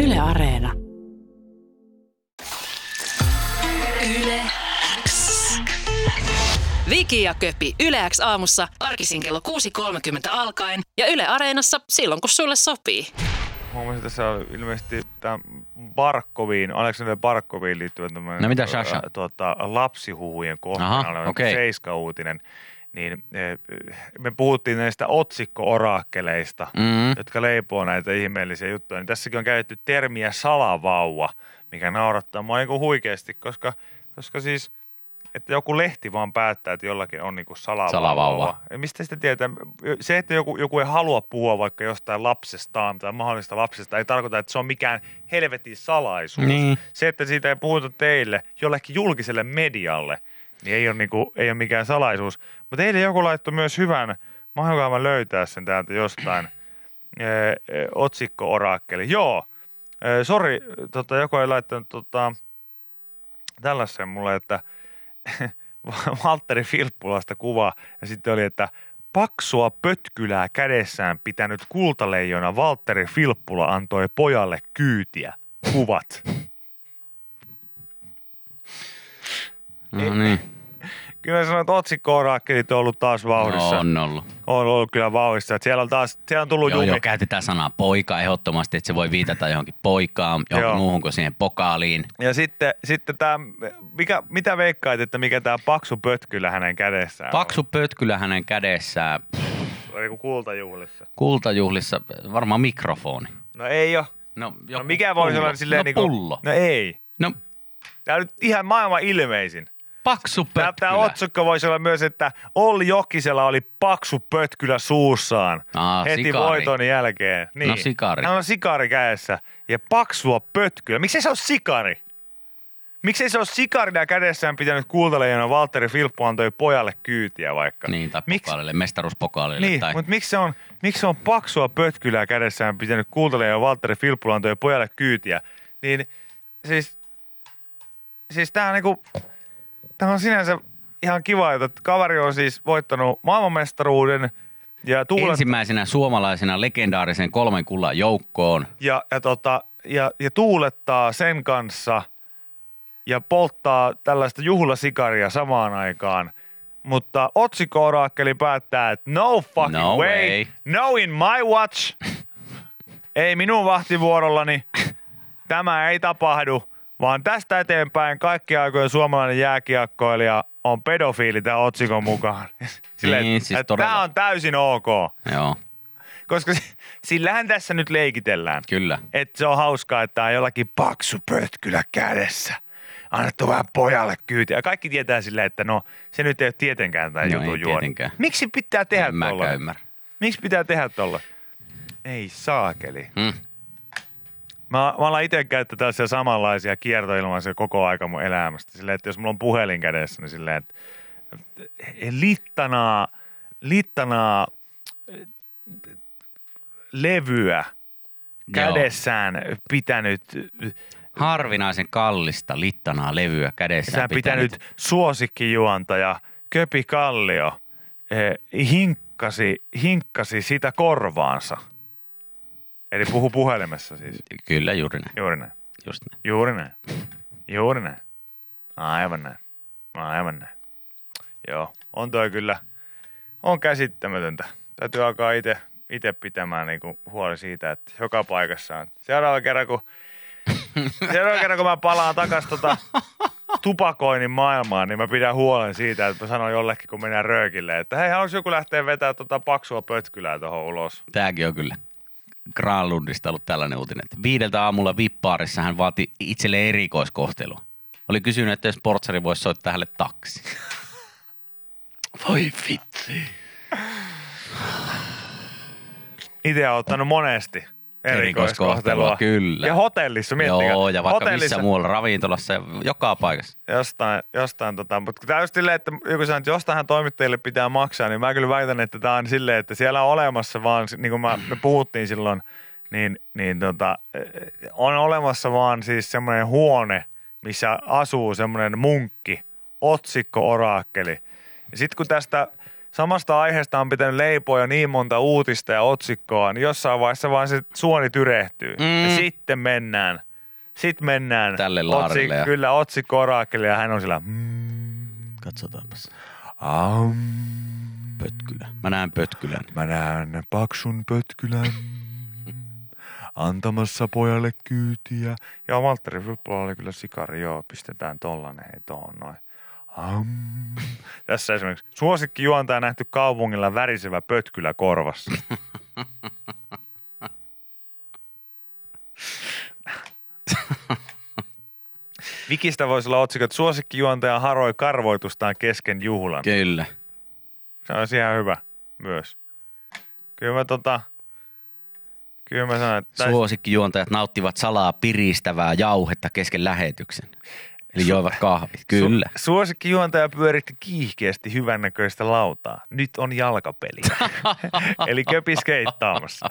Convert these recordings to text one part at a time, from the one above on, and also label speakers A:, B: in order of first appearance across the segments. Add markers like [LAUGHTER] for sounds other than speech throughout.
A: Yle Areena.
B: Yle X. Viki ja Köpi Yle X aamussa arkisin kello 6.30 alkaen ja Yle Areenassa silloin kun sulle sopii.
C: Huomasin, että tässä on ilmeisesti tämä Barkoviin, Aleksander Barkoviin liittyvä tämmöinen
D: No mitä, Sasha?
C: ä, tuota, lapsihuhujen
D: Aha,
C: kohtana oleva
D: okei.
C: okay. seiska-uutinen. Niin eh, me puhuttiin näistä otsikko-oraakkeleista,
D: Mm.
C: jotka leipoo näitä ihmeellisiä juttuja. Niin tässäkin on käytetty termiä salavauva, mikä naurattaa mua niin kuin huikeasti, koska, koska siis että joku lehti vaan päättää, että jollakin on niin kuin salavauva.
D: Salavauva.
C: Ja Mistä sitä tietää? Se, että joku, joku ei halua puhua vaikka jostain lapsestaan tai mahdollisesta lapsesta, ei tarkoita, että se on mikään helvetin salaisuus.
D: Niin.
C: Se, että siitä ei puhuta teille, jollekin julkiselle medialle, niin ei ole, niin kuin, ei ole mikään salaisuus. Mutta eilen joku laittoi myös hyvän, mahdollisesti mä löytää sen täältä jostain, [CLEARS THROAT] ö, ö, otsikko-oraakkeli. Joo, Ö, sori, tota, joku ei laittanut tota, tällaisen mulle, että [LAUGHS] Valtteri Filppulasta kuva ja sitten oli, että paksua pötkylää kädessään pitänyt kultaleijona Valtteri Filppula antoi pojalle kyytiä.
D: [LAUGHS]
C: Kuvat.
D: No niin.
C: Kyllä sanoin, että otsikko-oraakkelit on ollut taas vauhdissa.
D: No, on ollut.
C: On ollut kyllä vauhdissa. Että siellä on taas, siellä on tullut
D: Joo,
C: jumi.
D: joo, käytetään sanaa poika ehdottomasti, että se voi viitata johonkin poikaan, johonkin
C: Joo.
D: muuhun kuin siihen pokaaliin.
C: Ja sitten, sitten tämä, mikä, mitä veikkaat, että mikä tämä paksu pötkylä hänen kädessään
D: Paksu pötkylä hänen kädessään,
C: on? Niin kuin kultajuhlissa.
D: kultajuhlissa, varmaan mikrofoni.
C: No ei ole.
D: No, joku
C: No mikä voi
D: pullo.
C: olla silleen
D: no,
C: niin
D: pullo.
C: No ei.
D: No,
C: Tämä on nyt ihan maailman ilmeisin.
D: paksu pötkylä.
C: Tämä,
D: Tää,
C: tämä otsikko voisi olla myös, että Olli Jokisella oli paksu pötkylä suussaan
D: Aa,
C: heti
D: sikari.
C: voiton jälkeen. Niin.
D: No, sikari.
C: Hän on sikari kädessä ja paksua pötkylä. Miksei se ole sikari? Miksei se ole sikarina kädessään pitänyt kultaleijona Valtteri Filppo antoi pojalle kyytiä vaikka?
D: Niin, tai
C: Miksi-
D: pokaalille, mestaruuspokaalille.
C: Niin,
D: tai...
C: mutta miksi se on, miksi se on paksua pötkylää kädessään pitänyt kuuntelemaan Valtteri Filppulantoja pojalle kyytiä? Niin siis, siis tämä on niinku, tää on sinänsä ihan kiva, että kaveri on siis voittanut maailmanmestaruuden ja tuulet,
D: Ensimmäisenä suomalaisena legendaarisen kolmen kullan joukkoon.
C: ja, ja, tota, ja, ja tuulettaa sen kanssa ja polttaa tällaista juhlasikaria samaan aikaan. Mutta otsikko-oraakkeli päättää, että no fucking
D: No
C: way,
D: way.
C: no in my
D: [LAUGHS]
C: watch, ei minun vahtivuorollani, tämä ei tapahdu, vaan tästä eteenpäin kaikki aikojen suomalainen jääkiekkoilija on pedofiili tämän otsikon mukaan. [LAUGHS] Silleen,
D: Niin, siis
C: että
D: todella.
C: tämä on täysin ok,
D: Joo,
C: koska s- sillähän tässä nyt leikitellään.
D: kyllä.
C: Et se on hauskaa, että on jollakin paksu pötkylä kädessä. Annettu vähän pojalle kyytiä. Ja kaikki tietää sillä, että no se nyt ei ole tietenkään tämä
D: No
C: jutun
D: ei
C: juoni.
D: tietenkään.
C: Miksi pitää tehdä
D: En mäkään
C: tuolla?
D: ymmärrä.
C: Miksi pitää tehdä tuolla? Ei saakeli.
D: Mm.
C: Mä, mä alan itse käyttää tällaisia samanlaisia kiertoilmaisia koko aika mun elämästä. Silleen, että jos mulla on puhelin kädessä, niin silleen, että littanaa, littanaa eh, levyä kädessään pitänyt eh,
D: Harvinaisen kallista littanaa levyä kädessä.
C: Sä pitänyt, pitänyt suosikkijuontaja Köpi Kallio eh, hinkkasi, hinkkasi sitä korvaansa. Eli puhu puhelimessa siis.
D: Kyllä, juuri näin.
C: Juuri näin.
D: Just näin.
C: Juuri näin. Juuri näin. Aivan näin. Aivan näin. Joo, on toi kyllä, on käsittämätöntä. Täytyy alkaa itse itse pitämään niinku huoli siitä, että joka paikassa on. Seuraava kerran, kun, seuraava kerran, kun mä palaan takas tota tupakoinnin maailmaan, niin mä pidän huolen siitä, että mä sanon jollekin, kun mennään röökille, että hei, haluaisi joku lähteä vetää tota paksua pötkylää tuohon ulos.
D: Tämäkin on kyllä Granlundista ollut tällainen uutinen, että viideltä aamulla vippaarissa hän vaati itselleen erikoiskohtelua. Oli kysynyt, että jos portsari voisi soittaa hänelle taksi. Voi vitsi.
C: Itse olen ottanut monesti
D: Erikoiskohtelua,
C: erikoiskohtelua.
D: kyllä.
C: Ja hotellissa, miettikää.
D: Joo, ja vaikka
C: hotellissa,
D: missä muualla, ravintolassa ja joka paikassa.
C: Jostain, jostain tota, mutta tämä just silleen, että joku sanoo, että jostainhan toimittajille pitää maksaa, niin mä kyllä väitän, että tämä on silleen, että siellä on olemassa vaan, niin kuin mä, me puhuttiin silloin, niin, niin tota, eh, on olemassa vaan siis semmoinen huone, missä asuu semmoinen munkki, otsikko-oraakkeli. Ja sitten kun tästä samasta aiheesta on pitänyt leipoa jo niin monta uutista ja otsikkoa, niin jossain vaiheessa vaan se suoni tyrehtyy.
D: Mm.
C: Mm. Ja sitten mennään. Sitten mennään.
D: Tälle laarille ja-
C: Kyllä, otsikko orakeli ja hän on sillä. Mm,
D: Katsotaanpas.
C: am,
D: Pötkylä. Mä näen pötkylän.
C: mä näen paksun pötkylän antamassa pojalle kyytiä. Joo, Valtteri Flippula oli kyllä sikari, joo, pistetään tollanen, hei tohon noin. Am. Tässä esimerkiksi suosikki juontaja nähty kaupungilla värisevä pötkylä korvassa. Vikistä voisi olla otsikko, että suosikkijuontaja haroi karvoitustaan kesken juhlan.
D: Kyllä.
C: Se on ihan hyvä myös. Kyllä mä tota, kyllä mä sanon, että täys-
D: Suosikkijuontajat nauttivat salaa piristävää jauhetta kesken lähetyksen. Eli joivat kahvit. Kyllä.
C: Su- suosikkijuontaja pyöritti kiihkeästi hyvännäköistä lautaa. Nyt on jalkapeli. Eli köpis keittaamassa.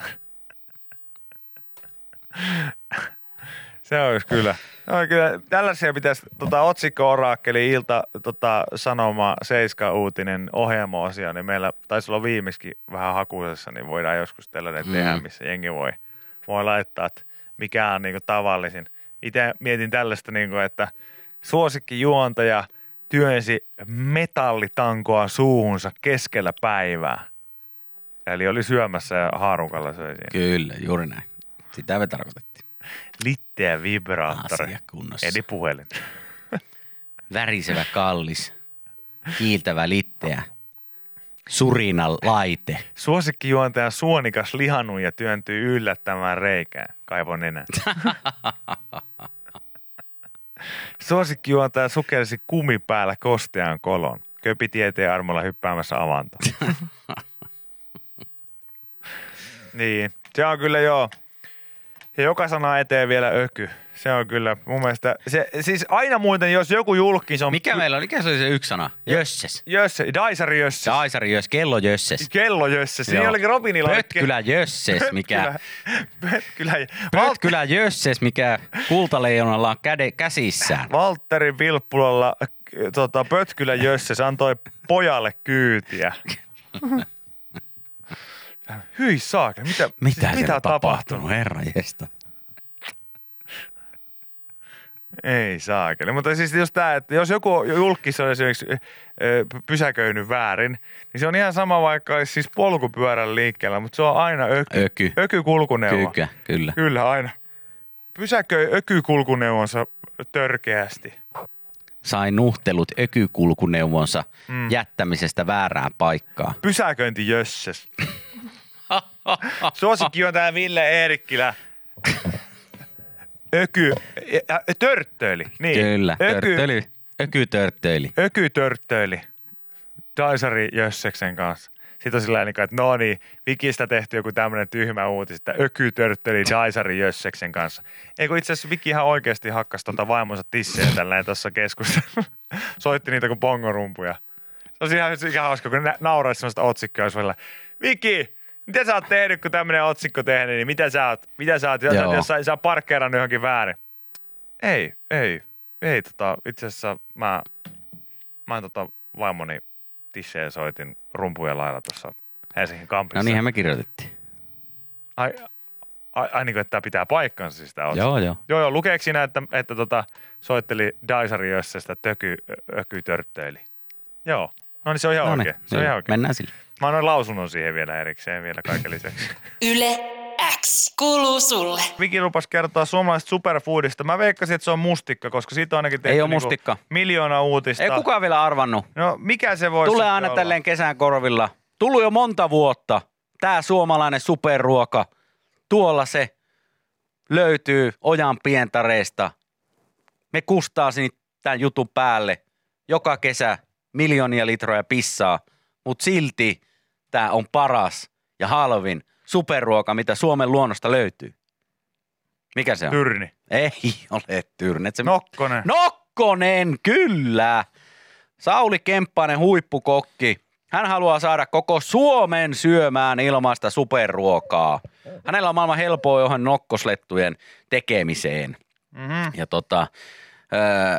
C: Se olisi kyllä. Se on No kyllä. Tällaisia pitäisi tota, otsikko oraakkeli ilta tota, sanoma Seiska uutinen ohjelmo-osio, niin meillä taisi olla viimeiskin vähän hakuisessa, niin voidaan joskus tällainen
D: Mm.
C: mm. tehdä, missä jengi voi, voi laittaa, että mikä on niin kuin, tavallisin. Itse mietin tällaista, niin kuin, että suosikkijuontaja työnsi metallitankoa suuhunsa keskellä päivää. Eli oli syömässä ja haarukalla söi siinä.
D: Kyllä, juuri näin. Sitä me tarkoitettiin.
C: Litteä vibraattori.
D: Asia kunnossa.
C: Eli puhelin.
D: Värisevä kallis, kiiltävä litteä, surina laite.
C: Suosikkijuontaja Suonikas lihanuja työntyy yllättämään reikään. Kaivon
D: [LAUGHS]
C: enää. Suosikkijuontaja sukelsi kumi päällä kosteaan kolon. Köpi tieteen armolla hyppäämässä
D: [LAUGHS]
C: avanto. niin, se on kyllä joo. Ja joka sana eteen vielä öky. Se on kyllä mun mielestä, se, siis aina muuten jos joku julkis on...
D: Mikä meillä oli? Mikä se oli se yksi sana? Jösses.
C: Jösses, Daisari Jösses.
D: Saisari jöss, kello jösses.
C: Kello Jösses. Siinä
D: Joo.
C: olikin Robinilla. oli ke-
D: Pötkylä jösses, mikä...
C: Pötkylä. Pötkylä.
D: Pötkylä jösses, mikä kultaleijonalla on käde, käsissään.
C: Valtteri Vilppulalla äh, tota, Pötkylä Jösses antoi pojalle kyytiä. [LAUGHS] Hyi saakeli, mitä,
D: Mitä
C: siis,
D: siellä
C: mitä
D: on tapahtunut? Herra jesta.
C: Ei saakeli, mutta siis just tämä, että jos joku julkis on esimerkiksi ö, ö, pysäköinyt väärin, niin se on ihan sama vaikka olisi siis polkupyörän liikkeellä, mutta se on aina öky,
D: Öky.
C: ökykulkuneuvo.
D: Kykä, kyllä.
C: Kyllä aina. Pysäköi ökykulkuneuvonsa törkeästi.
D: Sai nuhtelut ökykulkuneuvonsa
C: Mm.
D: jättämisestä väärään paikkaan.
C: Pysäköinti jösses. Suosikki on tää Ville Eerikkilä. Öky, ä, törttöili. Niin.
D: Kyllä,
C: Öky,
D: törttöili. Ökytörttöili.
C: ökytörttöili. Daisari Jösseksen kanssa. Sitten on sillä tavalla, että no niin, Vikistä tehty joku tämmöinen tyhmä uutis, että ökytörtteli Daisari Jösseksen kanssa. Eikö itse asiassa Viki ihan oikeasti hakkas tuota vaimonsa tissejä tälleen tuossa keskustelussa. [LAUGHS] Soitti niitä kuin bongorumpuja. Se on ihan, ihan hauska, kun nä- nauraa sellaista otsikkoa, jos välillä, Viki, mitä sä oot tehnyt, kun tämmöinen otsikko tehdään, niin mitä sä oot, mitä sä oot, jos,
D: Joo.
C: jos sä, sä oot parkkeerannut johonkin väärin? Ei, ei, ei tota, itse asiassa mä, mä tota vaimoni tissejä soitin rumpujen lailla tuossa Helsingin kampissa.
D: No niinhän me kirjoitettiin.
C: Ai, ai, ai niin kuin, että tämä pitää paikkansa siis tämä
D: Joo, joo.
C: Joo, joo, lukeeko siinä, että, että tota, soitteli Daisari Jössestä töky, ökytörttöili? Joo. No niin, se on ihan
D: No
C: oikein.
D: niin,
C: Se on
D: joo.
C: ihan oikein.
D: Mennään sille.
C: Mä annoin lausunnon siihen vielä erikseen, vielä kaiken
D: [LAUGHS]
C: lisäksi.
B: Yle X kuuluu sulle.
C: Viki lupas kertoa suomalaisesta superfoodista. Mä veikkasin, että se on mustikka, koska siitä on ainakin tehty
D: Ei oo
C: niinku
D: mustikka.
C: miljoona uutista.
D: Ei kukaan vielä arvannut.
C: No mikä se voisi
D: Tulee aina tälleen kesän korvilla. Tullut jo monta vuotta. Tää suomalainen superruoka. Tuolla se löytyy ojan pientareista. Me kustaa sinne tämän jutun päälle. Joka kesä miljoonia litroja pissaa. Mutta silti tämä on paras ja halvin superruoka, mitä Suomen luonnosta löytyy. Mikä se on?
C: Tyrni.
D: Ei [LAUGHS] ole tyrnet. Se
C: Nokkonen.
D: No. Nokkonen, kyllä. Sauli Kemppainen, huippukokki. Hän haluaa saada koko Suomen syömään ilmaista superruokaa. Hänellä on maailman helpoa johon
C: Mhm.
D: nokkoslettujen tekemiseen.
C: Mm-hmm.
D: Ja tota, öö,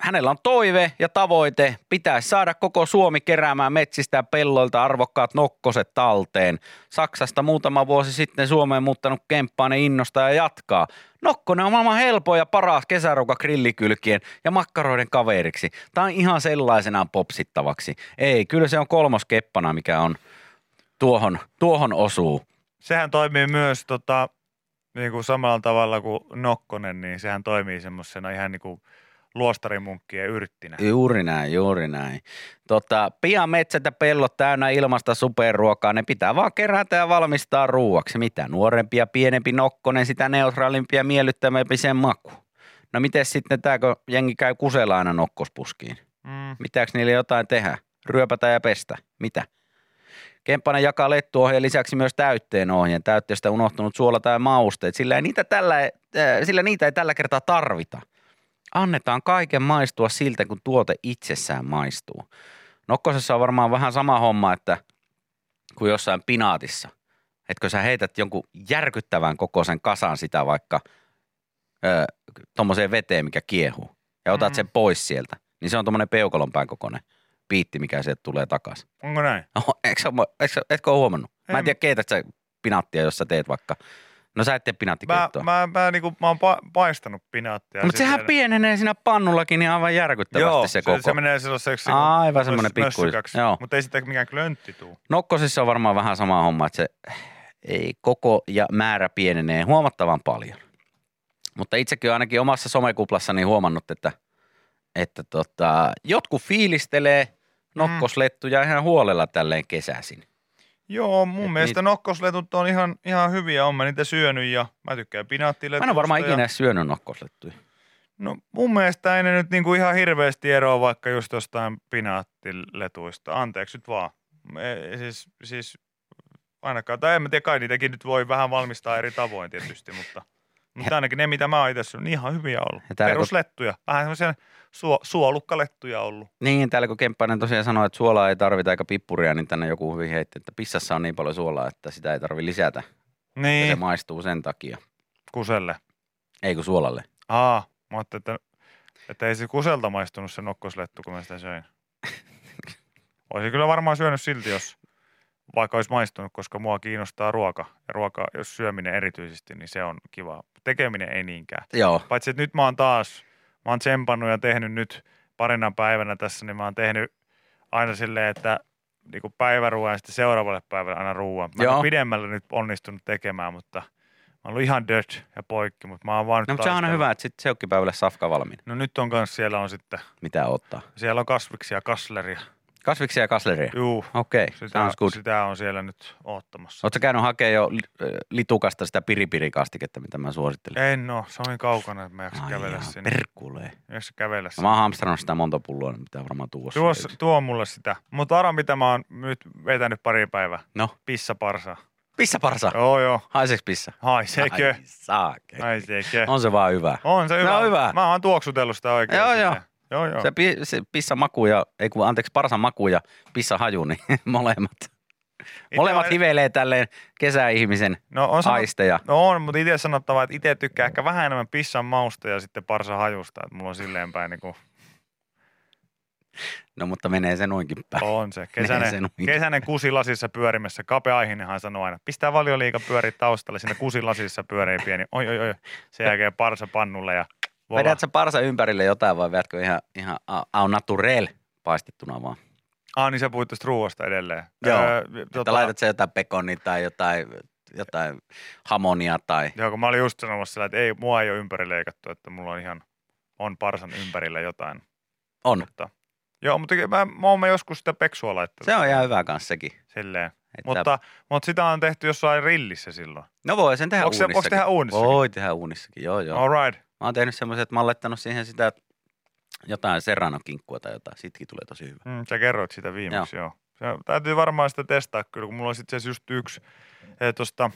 D: hänellä on toive ja tavoite pitäisi saada koko Suomi keräämään metsistä ja pelloilta arvokkaat nokkoset talteen. Saksasta muutama vuosi sitten Suomeen muuttanut kemppainen innostaa ja jatkaa. Nokkonen on maailman helpoin ja paras kesäruoka grillikylkien ja makkaroiden kaveriksi. Tämä on ihan sellaisenaan popsittavaksi. Ei, kyllä se on kolmos keppana, mikä on tuohon, tuohon osuu.
C: Sehän toimii myös tota, niin kuin samalla tavalla kuin Nokkonen, niin sehän toimii semmoisena ihan niin kuin luostarimunkkien yrttinä.
D: Juuri näin, juuri näin. Tota, pian metsät ja pellot täynnä ilmasta superruokaa, ne pitää vaan kerätä ja valmistaa ruuaksi. Mitä nuorempi ja pienempi nokkonen, sitä neutraalimpi ja miellyttävämpi sen maku. No miten sitten tämä, kun jengi käy kusella aina nokkospuskiin?
C: Mm.
D: Pitääkö niille jotain tehdä? Ryöpätä ja pestä? Mitä? Kemppainen jakaa lettuohjeen lisäksi myös täytteen ohjeen. Täytteestä unohtunut suola tai mausteet. Sillä, ei niitä tällä, äh, sillä niitä ei tällä kertaa tarvita. Annetaan kaiken maistua siltä, kun tuote itsessään maistuu. Nokkosessa on varmaan vähän sama homma, että kuin jossain pinaatissa. Että kun sä heität jonkun järkyttävän kokoisen kasan sitä vaikka ö, tommoseen veteen, mikä kiehuu, ja otat
C: Mhm.
D: sen pois sieltä, niin se on tommonen peukalonpään kokoinen piitti, mikä sieltä tulee takaisin.
C: Onko näin?
D: No, etkö, sä, mo- etkö, sä- etkö ole huomannut? Mä en
C: En.
D: tiedä, keität sä pinaattia, jos sä teet vaikka. No sä et tee
C: Mä,
D: pinaattikeittua.
C: mä, mä, niinku, mä oon pa- paistanut pinaattia.
D: Mutta sehän
C: silleen-
D: pienenee siinä pannullakin niin aivan järkyttävästi
C: Joo,
D: se koko.
C: Se, menee sellaiseksi
D: Aivan semmoinen pikku. Joo.
C: Mutta ei sitä mikään klöntti tuu.
D: Nokkosissa on varmaan vähän sama homma, että se ei, koko ja määrä pienenee huomattavan paljon. Mutta itsekin olen ainakin omassa somekuplassani huomannut, että, että tota, jotkut fiilistelee
C: Mm.
D: nokkoslettuja ihan huolella tälleen kesäisin.
C: Joo, mun
D: Et
C: mielestä nokkosletut on ihan, ihan hyviä. Olen niitä syönyt ja mä tykkään
D: Mä
C: pinaattiletuista.
D: en ole varmaan
C: ja-
D: ikinä edes syönyt nokkoslettuja.
C: No mun mielestä ei ne nyt niinku ihan hirveästi eroa vaikka just jostain pinaattiletuista. Anteeksi nyt vaan. E, siis, siis ainakaan, tai en mä tiedä, kai niitäkin nyt voi vähän valmistaa eri tavoin tietysti, mutta, mutta ainakin ne, mitä mä oon itse syönyt, niin ihan hyviä ollut.
D: Ja täällä kun-
C: Peruslettuja, vähän semmoisia suo, suolukkalettuja ollut.
D: Niin, täällä kun Kemppainen tosiaan sanoi, että suolaa ei tarvita eikä pippuria, niin tänne joku hyvin heitti, että pissassa on niin paljon suolaa, että sitä ei tarvi lisätä. Ja se
C: Niin,
D: maistuu sen takia.
C: kuselle.
D: Ei kun suolalle.
C: Aa, mä ajattelin, että, että ei se kuselta maistunut se nokkoslettu, kun mä sitä
D: [LAUGHS]
C: söin. Olisin kyllä varmaan syönyt silti, jos vaikka olisi maistunut, koska mua kiinnostaa ruoka. Ja ruoka, jos syöminen erityisesti, niin se on kiva. Tekeminen ei niinkään.
D: Joo.
C: Paitsi, että nyt mä oon taas, mä oon tsempannut ja tehnyt nyt parina päivänä tässä, niin mä oon tehnyt aina silleen, että niin kuin päiväruoan ja sitten seuraavalle päivälle aina ruoan. Mä en
D: Joo.
C: ole pidemmällä nyt onnistunut tekemään, mutta mä oon ollut ihan dirt ja poikki, mutta mä oon vaan nyt
D: No, mutta se on aina
C: taistellut.
D: hyvä, että sitten seukkipäivälle safka valmiina.
C: No nyt on kans, siellä on sitten,
D: Mitä ottaa?
C: siellä on kasviksia ja kasleria.
D: Kasviksia ja kasleria.
C: Juu,
D: Okei, okay,
C: sitä,
D: sounds good.
C: sitä on siellä nyt oottamassa.
D: Oletko käynyt hakemaan jo li- ö, litukasta sitä piripirikastiketta, mitä mä suosittelen?
C: En no, se on niin kaukana, että mä en jaksa
D: Ai
C: kävellä
D: jaa,
C: sinne.
D: Perkulee.
C: Mä en jaksa kävellä
D: No,
C: sinne.
D: mä oon hamstrannut sitä monta pulloa, niin pitää varmaan tuossa.
C: Tuo, tuo on mulle sitä. Mutta ara, mitä mä oon nyt vetänyt pari päivää.
D: No,
C: Pissaparsa.
D: pissa parsa.
C: Joo, joo.
D: Haiseks pissa?
C: Haiseekö?
D: Ai saake.
C: Haiseekö?
D: On se vaan hyvä.
C: On se hyvä.
D: No, hyvä.
C: Mä oon tuoksutellut sitä oikein.
D: Joo,
C: sinne.
D: joo.
C: Joo, joo.
D: Se, pi, se pissan maku ja, ei kun, anteeksi, parsan maku ja pissan haju, niin [LAUGHS] molemmat.
C: Itse
D: molemmat
C: olen-
D: hivelee tälleen kesäihmisen
C: No on, sanot,
D: aisteja.
C: no on, mutta itse sanottava, että itse tykkää ehkä vähän enemmän pissan mausta ja sitten parsa hajusta. Että mulla on silleen päin niin kuin
D: No mutta menee se noinkin päin.
C: On
D: [LAUGHS]
C: se.
D: Menee se
C: Kesäinen,
D: noin.
C: kesäinen kusilasissa pyörimässä. Kape Aihinenhan sanoi aina, pistää valioliika pyöri taustalle. Siinä kusilasissa pyörii pieni. Oi, oi, oi. Sen jälkeen parsa pannulle ja voila.
D: Vedät sä parsa ympärille jotain vai vedätkö ihan, ihan au- au naturel paistettuna vaan?
C: Ah, niin sä puhuit tästä ruoasta edelleen.
D: Joo. Tota,
C: tota,
D: laitat sä jotain pekonia tai jotain, jotain hamonia tai...
C: Joo, kun mä olin just sanomassa sillä, että ei, mua ei ole ympärileikattu, että mulla on ihan, on parsan ympärillä jotain.
D: On.
C: Mutta, joo, mutta mä, mä oon joskus sitä peksua laittanut.
D: Se on ihan hyvä kanssa sekin.
C: Silleen.
D: Että,
C: Mutta, mutta sitä on tehty jossain rillissä silloin.
D: no voi sen tehdä
C: Onko se- onko
D: uunissakin.
C: tehdä uunissakin?
D: Voi tehdä uunissakin, joo joo.
C: Joo. All right.
D: Mä oon tehnyt semmoisen, että mä oon laittanut siihen sitä jotain serranokinkkua tai jotain. Sitkin tulee tosi hyvä.
C: Mm, sä kerroit sitä viimeksi, joo. joo. Se, täytyy varmaan sitä testaa kyllä, kun mulla on itse asiassa just yksi eh, tuosta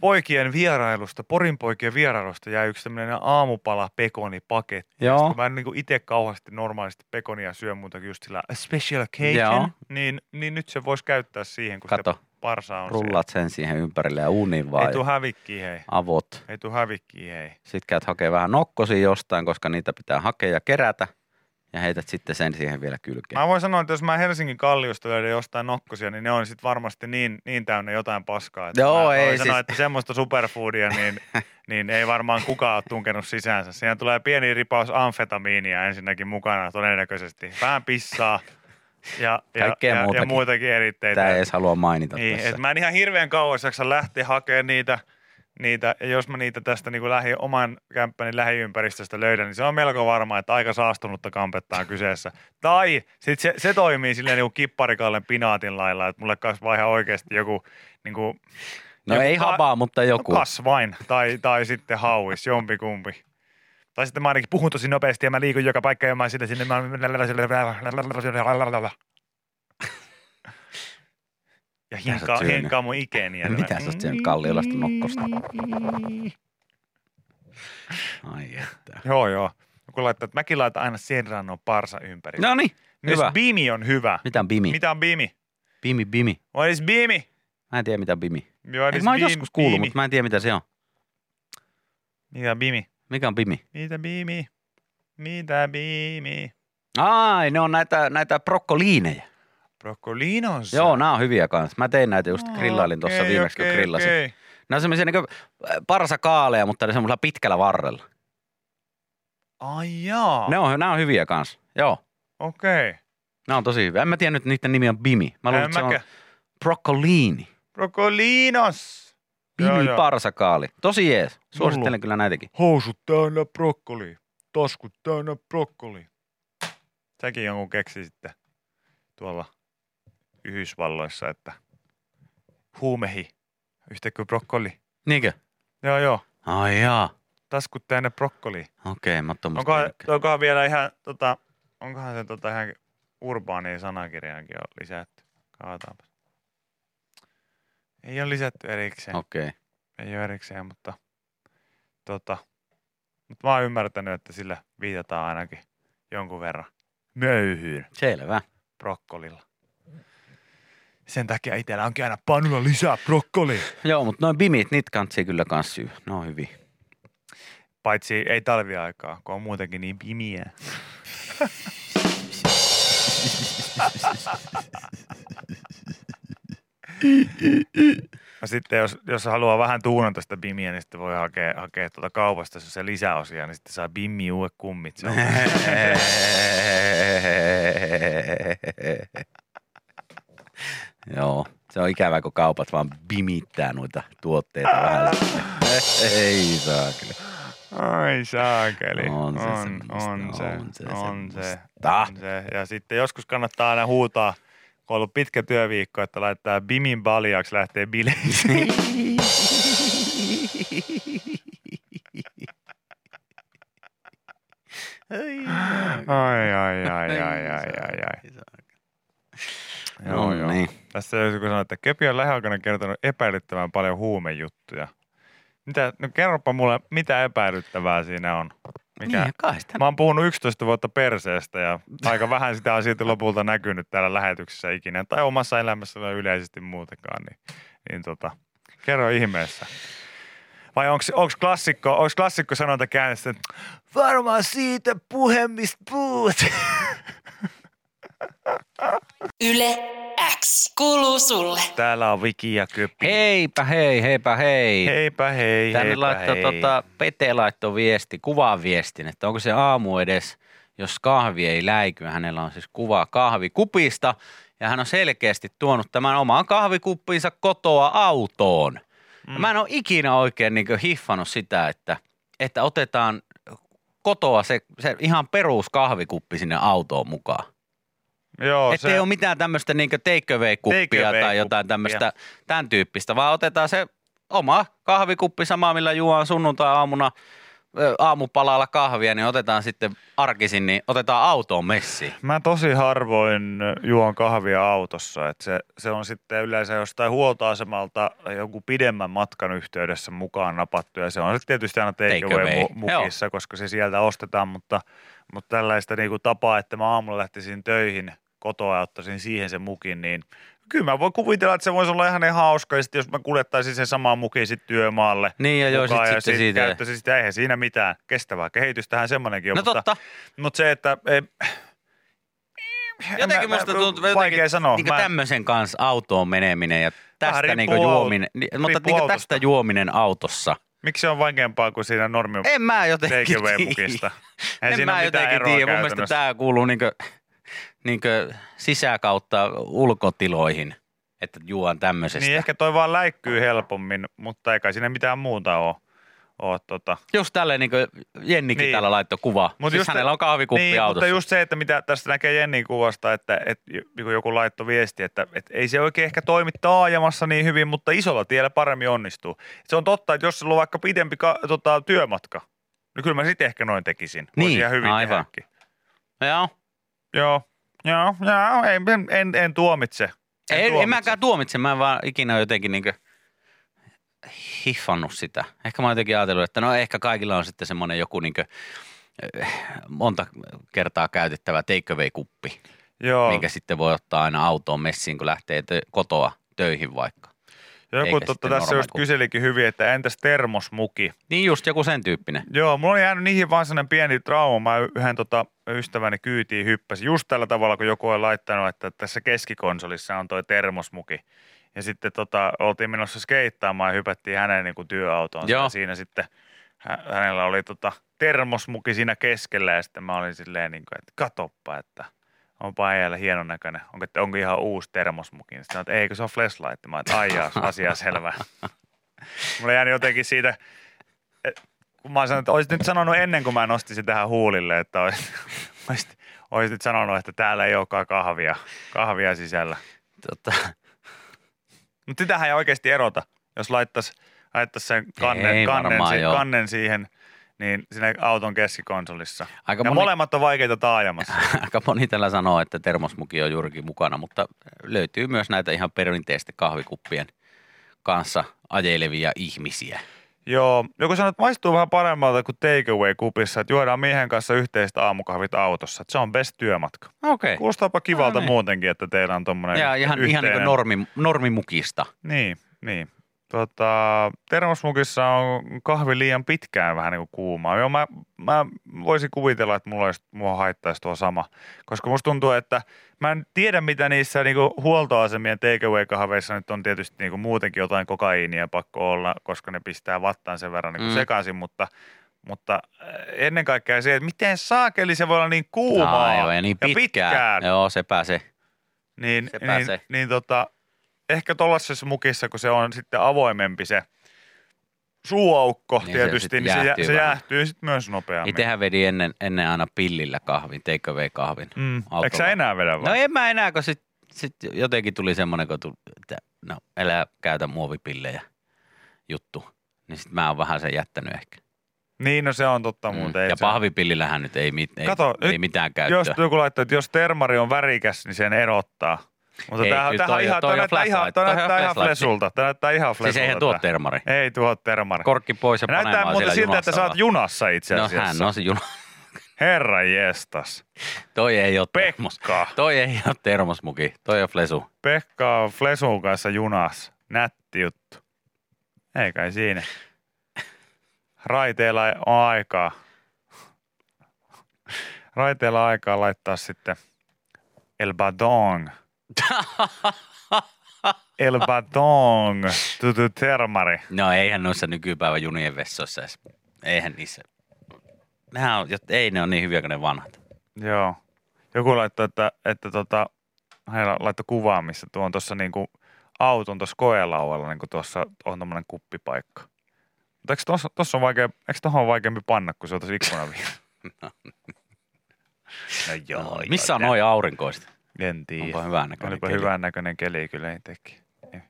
C: poikien vierailusta, Porin poikien vierailusta jäi yksi tämmöinen aamupala pekonipaketti.
D: Joo.
C: Kun Mä en niin itse kauheasti normaalisti pekonia syö muuta kuin just sillä special occasion,
D: Joo.
C: niin, niin nyt se voisi käyttää siihen, kun
D: Kato,
C: sitä parsa on
D: Rullat sen siihen ympärille ja uuniin
C: siellä.
D: vaan.
C: Ei tuu hävikkiä hei.
D: avot.
C: Ei tuu hävikkiä hei.
D: Sitten käyt hakee vähän nokkosia jostain, koska niitä pitää hakea ja kerätä. Ja heität sitten sen siihen vielä kylkeen.
C: Mä voin sanoa, että jos mä Helsingin kalliosta löydän jostain nokkosia, niin ne on sitten varmasti niin, niin täynnä jotain paskaa. Että
D: Joo,
C: mä voin
D: ei
C: sanoa,
D: siis-
C: että semmoista superfoodia,
D: [LAUGHS]
C: niin, niin ei varmaan kukaan ole tunkenut sisäänsä. Siinä tulee pieni ripaus amfetamiinia ensinnäkin mukana todennäköisesti. Vähän pissaa ja, ja,
D: Kaikkea
C: ja, ja
D: muutakin.
C: muitakin eritteitä.
D: Tämä ei edes halua mainita
C: Niin,
D: tässä.
C: et mä en ihan hirveän kauas jaksa lähteä hakemaan niitä, niitä, ja jos mä niitä tästä niin lähi, oman kämppäni lähiympäristöstä löydän, niin se on melko varma, että aika saastunutta kampetta on kyseessä. Tai sit se, se toimii silleen niin kuin kipparikallen pinaatin lailla, että mulle kasvaa ihan oikeasti joku niin kuin,
D: No
C: joku
D: ei
C: ka-
D: habaa, mutta joku.
C: kasvain No tai, tai sitten hauis, jompikumpi. Tai sitten mä ainakin puhun tosi nopeasti ja mä liikun joka paikka ja mä sille sinne. Mä... Ja
D: Mitä sä oot
C: hinkaa,
D: syönyt?
C: hinkaa mun Mm-hmm. ikeniä.
D: Mitä sä oot syönyt kalliolasta nokkosta? Ai että.
C: Joo, joo. Joku laittaa, että mäkin laitan aina sen rannon parsa ympäri.
D: No niin,
C: Myös
D: hyvä.
C: bimi on hyvä.
D: Mitä on bimi?
C: Mitä on bimi?
D: Bimi, bimi.
C: What is bimi?
D: Mä en tiedä, mitä on bimi.
C: What
D: Eikö
C: is
D: mä oon
C: bim-
D: joskus kuullut,
C: bimi?
D: mutta mä en tiedä, mitä se on.
C: Mitä on bimi?
D: Mikä on bimi?
C: Mitä bimi? Mitä bimi?
D: Ai, ne on näitä, näitä brokkoliineja.
C: Brokkolinonsa.
D: Joo, nämä on hyviä kanssa. Mä tein näitä just,
C: Aa,
D: grillailin tuossa
C: okei,
D: viimeksi, kun
C: okei,
D: grillasin.
C: okei.
D: Nämä on semmoisia niin parsakaaleja, mutta ne semmoisella pitkällä varrella.
C: Ai jaa,
D: Ne on, nämä on hyviä kanssa. Joo,
C: okei. Okay.
D: nämä on tosi hyviä. En mä tiedä nyt, niiden nimi on Bimi. Mä luulen, että se on broccoliini.
C: Brokkoliinos.
D: Bimi
C: Joo, joo.
D: parsakaali. Tosi jees. Suosittelen
C: Hullu.
D: kyllä näitäkin.
C: Housut täynnä brokkoli. Taskut täynnä brokkoli. Säkin jonkun keksi sitten tuolla Yhdysvalloissa, että huumehi yhtä kuin brokkoli.
D: Niinkö?
C: Joo, joo.
D: Ai jaa.
C: Taskut täynnä brokkoli.
D: Okei, mä oon tommosta
C: Onkohan,
D: tiennytkään.
C: onkohan vielä ihan, tota, onkohan se tota, ihan urbaaniin sanakirjaankin on lisätty? Kaataanpas. Ei ole lisätty erikseen.
D: Okei.
C: ei ole erikseen, mutta tota, mut mä oon ymmärtänyt, että sillä viitataan ainakin jonkun verran möyhyyn
D: Selvä.
C: brokkolilla. Sen takia itsellä onkin aina panulla lisää brokkoli.
D: Joo, mutta noin bimit, niitä kantsii kyllä kans syy. Ne on hyviä.
C: Paitsi ei talviaikaa, kun on muutenkin niin pimiä. No sitten jos, jos haluaa vähän tuunata sitä bimiä, niin sitten voi hakea, hakea tuota kaupasta se lisäosia, niin sitten saa bimmi uue kummit.
D: [LAUGHS]
C: Se on-
D: Joo, se on ikävää, kun kaupat vaan bimittää noita tuotteita vähän. Ei saa kyllä.
C: Ai saakeli.
D: On se
C: on,
D: semmoista,
C: on, se, on, se, on, se,
D: semmoista.
C: on se. Ja sitten joskus kannattaa aina huutaa, kun on ollut pitkä työviikko, että laittaa bimin baljaksi lähtee
D: [LAUGHS]
C: bileisiin. ai, ai, ai,
D: Niin,
C: ai, ai, ai, ai. Joo,
D: No
C: joo.
D: niin.
C: Tässä joku sanoi, että Köpi on lähiaikana kertonut epäilyttävän paljon huumejuttuja. Mitä, no kerropa mulle, mitä epäilyttävää siinä on? Mikä?
D: Niin, kai sitä.
C: Mä oon puhunut 11 vuotta perseestä ja aika vähän sitä on silti lopulta näkynyt täällä lähetyksessä ikinä tai omassa elämässä tai yleisesti muutenkaan, niin, niin tota, kerro ihmeessä. Vai onko klassikko, onks klassikko sanonta käännöstä, että varmaan siitä puhe, mistä puhut.
B: Yle X kuuluu sulle.
C: Täällä on Viki ja Köpi.
D: [LAUGHS] Heipä hei, heipä hei.
C: Heipä hei,
D: Tänne
C: heipä
D: laittoi
C: hei.
D: tota, Pete laittoi viesti, kuvan viestin, että onko se aamu edes, jos kahvi ei läiky. Hänellä on siis kuva kahvikupista ja hän on selkeästi tuonut tämän omaan kahvikuppiinsa kotoa autoon. Mm. Mä en ole ikinä oikein niin hiffannut sitä, että, että otetaan kotoa se, se ihan perus kahvikuppi sinne autoon mukaan.
C: Joo,
D: Että ei ole mitään tämmöistä niin take-away-kuppia
C: Take-away-kuppia.
D: tai jotain tämmöistä tämän tyyppistä, vaan otetaan se oma kahvikuppi sama, millä juon sunnuntai-aamuna ö, aamupalalla kahvia, niin otetaan sitten arkisin, niin otetaan autoon messiin.
C: Mä tosi harvoin juon kahvia autossa. Et se, se on sitten yleensä jostain huoltoasemalta joku pidemmän matkan yhteydessä mukaan napattu. Ja se on sitten tietysti aina
D: Take
C: takeaway
D: away.
C: mu- mukissa, koska se sieltä ostetaan. Mutta, mutta tällaista niinku tapaa, että mä aamulla lähtisin töihin kotoa ja ottaisin siihen sen mukin, niin Kyllä mä voin kuvitella, että se voisi olla ihan niin hauska, ja sitten jos mä kuljettaisin sen samaan mukin sitten työmaalle.
D: Niin, ja joo,
C: mukaan,
D: sit-
C: ja
D: sitten
C: sit
D: siitä-
C: Käyttäisin sitä, eihän siinä mitään. Kestävää kehitystähän semmoinenkin on.
D: No
C: mutta,
D: totta.
C: Mutta se, että... Ei,
D: Jotenkin musta tuntuu,
C: Vaikea
D: jotenkin,
C: sanoa.
D: Niin mä... tämmöisen kanssa autoon meneminen ja tästä
C: riippuu
D: niin
C: auto-
D: juominen, ni- mutta
C: riippuu
D: niin
C: autosta.
D: tästä juominen autossa.
C: Miksi se on vaikeampaa kuin siinä normi
D: En mä jotenkin
C: takeaway-mukista? Ei
D: en
C: siinä
D: mä
C: ole mitään
D: jotenkin
C: eroa
D: tiedä. Mun mielestä
C: käytännössä.
D: tämä kuuluu niinkö, niinkö sisäkautta ulkotiloihin, että juon tämmöisestä.
C: Niin ehkä toi vaan läikkyy helpommin, mutta eikä siinä mitään muuta ole. ole tota.
D: Just tälleen niin kuin Jennikin
C: Niin.
D: täällä laittoi kuva.
C: Mut
D: Mut siis
C: just-
D: hänellä on kahvikuppi
C: niin,
D: autossa.
C: mutta just se, että mitä tästä näkee Jennin kuvasta, että, että joku- joku laittoi viesti, että, että ei se oikein ehkä toimi taajamassa niin hyvin, mutta isolla tiellä paremmin onnistuu. Se on totta, että jos sulla on vaikka pidempi ka, tota, työmatka, niin kyllä mä sitten ehkä noin tekisin. Voisin
D: Niin,
C: ihan hyvin
D: aivan.
C: tehdäkin.
D: No Joo.
C: Joo, joo, joo, en, en, en, en tuomitse.
D: En, en, en mäkään tuomitse, mä en vaan ikinä jotenkin niinku hiffannut sitä. Ehkä mä oon jotenkin ajatellut, että no ehkä kaikilla on sitten semmoinen joku niinku, eh, monta kertaa käytettävä take-away-kuppi,
C: Joo,
D: minkä sitten voi ottaa aina autoon messiin, kun lähtee tö- kotoa töihin vaikka.
C: joku
D: eikä
C: totta
D: sitten
C: tässä just
D: normaali-
C: kyselikin hyvin, että entäs termosmuki?
D: Niin just joku sen tyyppinen.
C: Joo, mulla on jäänyt niihin vaan sellainen pieni trauma. Mä yhden tota, ystäväni kyytiin hyppäsin just tällä tavalla, kun joku on laittanut, että tässä keskikonsolissa on toi termosmuki. Ja sitten tota, oltiin menossa skeittaamaan ja hypättiin hänen niin kuin, työautoon.
D: Joo.
C: Ja siinä sitten hä- hänellä oli tota, termosmuki siinä keskellä ja sitten mä olin silleen, niin kuin, että katoppa, että onpa äijällä hienon näköinen. Onko, että onko ihan uusi termosmuki? Sitten sanoin, että eikö se on flashlight? Mä että aijaa, asia selvä. Mulla jäänyt jotenkin siitä, et, kun mä oon sanonut, että olisit nyt sanonut ennen kuin mä nostin sen tähän huulille, että olisit, [LAUGHS] olisit, olisit nyt sanonut, että täällä ei olekaan kahvia, kahvia sisällä.
D: Tota,
C: Mutta sitähän ei oikeasti erota, jos laittaisi laittais sen kannen,
D: Ei
C: kannen,
D: varmaan,
C: si-
D: joo.
C: kannen siihen, niin siinä auton keskikonsolissa.
D: Aika
C: ja
D: moni-
C: molemmat on vaikeita taajamassa.
D: [LAUGHS] aika moni tällä sanoo, että termosmuki on juurikin mukana, mutta löytyy myös näitä ihan perinteisesti kahvikuppien kanssa ajelevia ihmisiä.
C: Joo, joku sanoi, että maistuu vähän paremmalta kuin takeaway-kupissa, että juodaan miehen kanssa yhteiset aamukahvit autossa. Että se on best työmatka.
D: Okei.
C: Kuulostaapa kivalta
D: No niin.
C: muutenkin, että teillä on tuommoinen
D: Ja ihan, ihan niin kuin normi, normimukista.
C: Niin, niin. Tota, termosmukissa on kahvi liian pitkään vähän niin kuin kuumaa. Joo, mä, mä voisin kuvitella, että mulla olisi, mua haittaisi tuo sama. Koska musta tuntuu, että mä en tiedä, mitä niissä niin kuin huoltoasemien takeaway-kahveissa nyt on tietysti niin kuin muutenkin jotain kokaiinia pakko olla, koska ne pistää vattaan sen verran niin kuin
D: Mm.
C: mm. sekaisin, mutta mutta ennen kaikkea se, että miten saakeli se voi olla niin kuumaa
D: Aivan, ja niin pitkään.
C: ja pitkään.
D: Joo, sepä se.
C: Niin,
D: Se
C: niin,
D: pääsee.
C: niin tota, ehkä tuollaisessa mukissa, kun se on sitten avoimempi se suuaukko
D: Niin
C: niin
D: se
C: tietysti,
D: sitten
C: se niin se, jä,
D: jäähtyy
C: se
D: vähän.
C: jäähtyy sitten myös nopeammin.
D: Itsehän Niin vedi ennen, ennen aina pillillä kahvin, take away kahvin.
C: mm.
D: autolla.
C: Eikö sä enää vedä
D: No
C: vai?
D: en mä enää, kun sit, sit jotenkin tuli semmoinen, kun tuli, että no älä käytä muovipillejä juttu. Niin sit mä oon vähän sen jättänyt ehkä.
C: Niin, no se on totta muuten. ei
D: Mm. ja
C: se-
D: pahvipillillähän nyt ei, mit, ei,
C: Kato,
D: ei
C: nyt
D: mitään käyttöä.
C: Jos joku laittaa, että jos termari on värikäs, niin sen erottaa. Mutta
D: Ei,
C: tämä
D: kyllä
C: on
D: toi-
C: ihan,
D: toi
C: tämä
D: on
C: näyttää ihan,
D: flashlight,
C: tämä
D: toi on
C: näyttää ihan
D: flashlight.
C: flesulta. Tämä näyttää ihan
D: siis
C: flesulta.
D: eihän tuo
C: tää.
D: termari.
C: Ei tuo termari.
D: Korkki pois ja
C: Näyttää
D: panemaan
C: muuten
D: siellä
C: siltä, että
D: junassa
C: sä
D: vaan.
C: oot junassa itse
D: No
C: asiassa.
D: hän on se juna. [LAUGHS]
C: Herra jestas.
D: Toi ei ole termos.
C: Pekka.
D: Toi ei ole termosmuki. Toi on flesu.
C: Pekka on Flesun kanssa junas. Nätti juttu. Ei kai siinä. Raiteilla on aikaa. Raiteilla on aikaa laittaa sitten El Badong. El Badong. Tutu termari.
D: No eihän noissa nykypäivän junien vessoissa edes. Eihän niissä. Nehän on, jot- ei ne ole niin hyviä kuin ne vanhat.
C: Joo. Joku laittoi, että, että tota, hänellä laittoi kuvaa, missä tuo on tuossa niinku auton tuossa koelaualla, niinku tuossa on tommonen kuppipaikka. Mutta eikö tuossa, tuossa on vaikea, eikö tohon on vaikeampi panna, kun se on tuossa ikkunan [LAUGHS] vieressä? No joo.
D: Missä on
C: joo,
D: noi aurinkoiset?
C: En tiedä.
D: Onpa hyvän näköinen
C: Olipa
D: keli.
C: hyvän näköinen keli kyllä ei teki. Ei.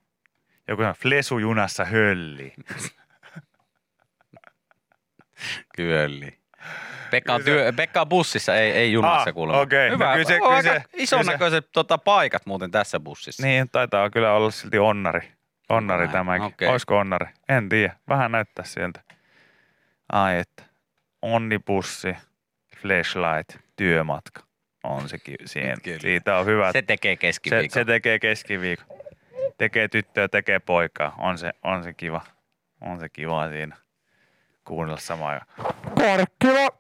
C: Joku sanoi, flesu junassa hölli.
D: Kyllä. Pekka on,
C: Kyllä se-
D: työ, Pekka on bussissa, ei, ei junassa
C: Ah,
D: kuulemma.
C: okei. No
D: Hyvä.
C: kyllä se-
D: on
C: kyllä
D: aika
C: se-
D: ison
C: kyllä se-
D: näköiset tota, paikat muuten tässä bussissa.
C: Niin, taitaa kyllä olla silti onnari. Onnari
D: Näin,
C: tämäkin.
D: okei.
C: Okay. Olisiko onnari? En tiedä. Vähän näyttää sieltä. Ai että. Onnipussi, flashlight, työmatka. On sekin siihen.
D: Kyllä.
C: Siitä on hyvä.
D: Se tekee
C: se,
D: keskiviikon.
C: se tekee keskiviikon. Tekee tyttöä, tekee poikaa. On se, on se kiva. On se kiva siinä kuunnella samaa. aikaan. Korkkila!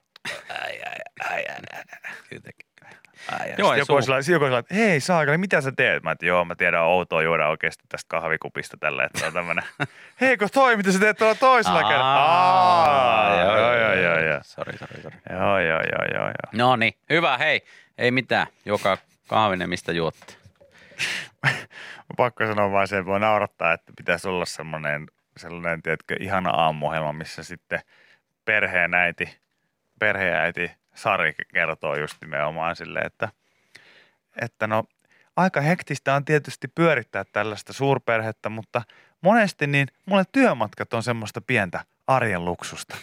C: Joo,
D: Joensuu.
C: joku olisi joku sillä, että hei saakeli, mitä sä teet? Mä että joo, mä tiedän outoa juoda oikeasti tästä kahvikupista tälle, että se on tämmönen.
D: [LAUGHS]
C: Hei, kun toi, mitä sä teet tuolla toisella
D: Aa,
C: kädellä? Aa,
D: joo,
C: Joo,
D: joo,
C: joo, joo, joo.
D: Sori, sori, sori.
C: Joo, joo, joo, joo, joo. [LAUGHS]
D: No niin, hyvä, hei. Ei mitään, joka kahvinen mistä juotte.
C: Mun pakko sanoa vaan sen, voi naurattaa, että pitäisi olla semmoinen, sellainen, tiedätkö, ihana aamuohjelma, missä sitten perheenäiti, perheenäiti Sari kertoo just nimenomaan silleen, että, että no aika hektistä on tietysti pyörittää tällaista suurperhettä, mutta monesti niin mulle työmatkat on semmoista pientä arjen luksusta.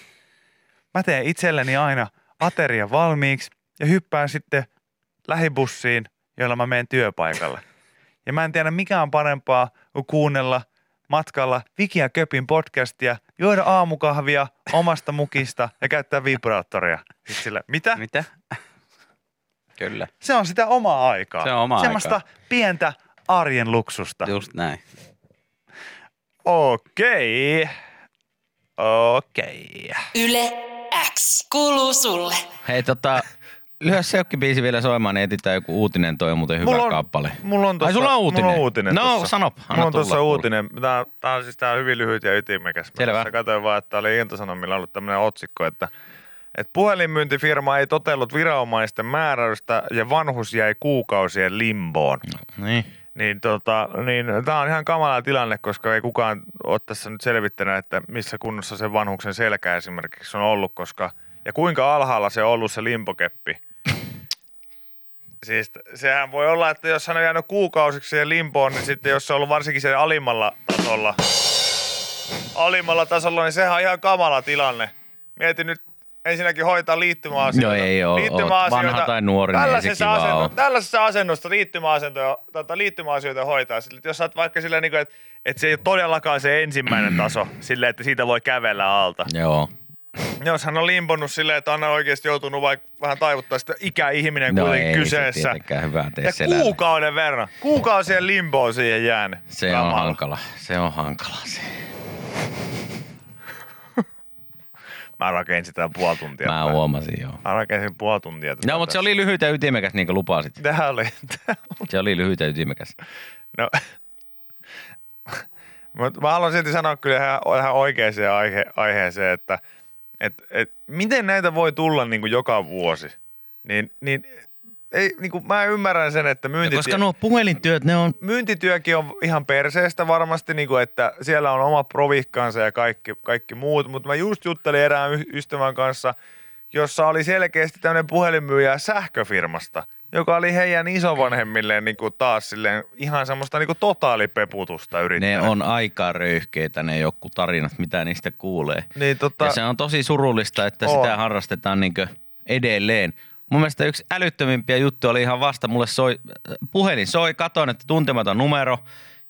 C: Mä teen itselleni aina ateria valmiiksi ja hyppään sitten lähibussiin, jolla mä menen työpaikalle. Ja mä en tiedä mikä on parempaa kuin kuunnella matkalla Viki ja Köpin podcastia, juoda aamukahvia omasta mukista ja käyttää vibraattoria. Siis sillä, mitä?
D: Mitä? [LAUGHS] Kyllä,
C: Se on sitä omaa aikaa.
D: Se on omaa
C: Semmoista
D: aikaa.
C: pientä arjen luksusta.
D: just näin.
C: Okei. Okei.
B: Yle X kuuluu sulle.
A: Hei tota, lyö selkkibiisi vielä soimaan, niin etsitään joku uutinen, toi on muuten hyvä
C: Mulla on-
A: kappale.
C: Mulla on tossa,
A: Ai sulla on uutinen?
C: Mulla on uutinen
A: No,
C: tossa.
A: sanoppa, anna
C: Mulla on
A: tulla,
C: tuossa
A: kuule.
C: uutinen. Tää, tää on siis tää on hyvin lyhyt ja ytimekäs. Mä
A: Selvä.
C: tässä Katsoin vaan, että oli Ilta-Sanomilla ollut tämmöinen otsikko, että et puhelinmyyntifirma ei totellut viranomaisten määräystä ja vanhus jäi kuukausien limboon.
A: Niin.
C: Niin, tota, niin tämä on ihan kamala tilanne, koska ei kukaan ole tässä nyt selvittänyt, että missä kunnossa se vanhuksen selkä esimerkiksi on ollut, koska ja kuinka alhaalla se on ollut se
A: [LAUGHS]
C: limpokeppi. Siis t- sehän voi olla, että jos hän on jäänyt kuukausiksi siihen limpoon, niin sitten jos se on ollut varsinkin siellä alimmalla tasolla, alimmalla tasolla, niin sehän on ihan kamala tilanne. Mieti nyt ensinnäkin hoitaa liittymäasioita.
A: No ei oo, oot vanha tai nuori, niin ei se
C: Tällaisessa
A: kivaa
C: asenno-
A: oo.
C: tällaisessa asennossa liittymäasentoja, tota, liittymäasioita hoitaa. Sillä, että jos sä oot vaikka sillä, niin kuin, että, että se ei ole todellakaan se ensimmäinen taso, sillä että siitä voi kävellä alta.
A: Joo.
C: Jos hän on limponnut silleen, että on oikeasti joutunut vaikka vähän taivuttaa sitä ikäihminen
A: No
C: kuitenkin
A: ei se
C: kyseessä.
A: tietenkään hyvää tee
C: Ja
A: selälle.
C: kuukauden verran. Kuukausien limboon siihen jäänyt.
A: Se on
C: Kamala.
A: hankala, se on hankala se.
C: Mä rakensin sitä puoli tuntia.
A: Mä huomasin joo.
C: Mä rakensin puoli tuntia. tätä
A: No, mutta se
C: tässä.
A: oli lyhyt ja ytimekäs, niin kuin lupasit.
C: Tää oli. Tää
A: Se oli lyhyt ja ytimekäs.
C: No, [LAUGHS] mutta mä haluan silti sanoa kyllä ihan, ihan oikeaan aihe, aiheeseen, että et, et, miten näitä voi tulla niin kuin joka vuosi. Niin, niin, ei, niin kuin mä ymmärrän sen, että myyntitie-
A: No, Koska nuo puhelintyöt, ne on...
C: myyntityökin on ihan perseestä varmasti, niin kuin, että siellä on oma provikkaansa ja kaikki, kaikki muut. Mutta mä just juttelin erään y- ystävän kanssa, jossa oli selkeästi tämmöinen puhelinmyyjä sähköfirmasta, joka oli heidän isovanhemmilleen niin kuin taas silleen ihan semmoista niin kuin totaalipeputusta
A: Ne
C: yrittänyt.
A: on aika röyhkeitä ne joku tarinat, mitä niistä kuulee.
C: Niin tota,
A: Ja se on tosi surullista, että
C: On.
A: sitä harrastetaan niin edelleen. Mun mielestä yksi älyttömimpiä juttu oli ihan vasta, mulle soi, puhelin soi, katoin, että tuntematon numero,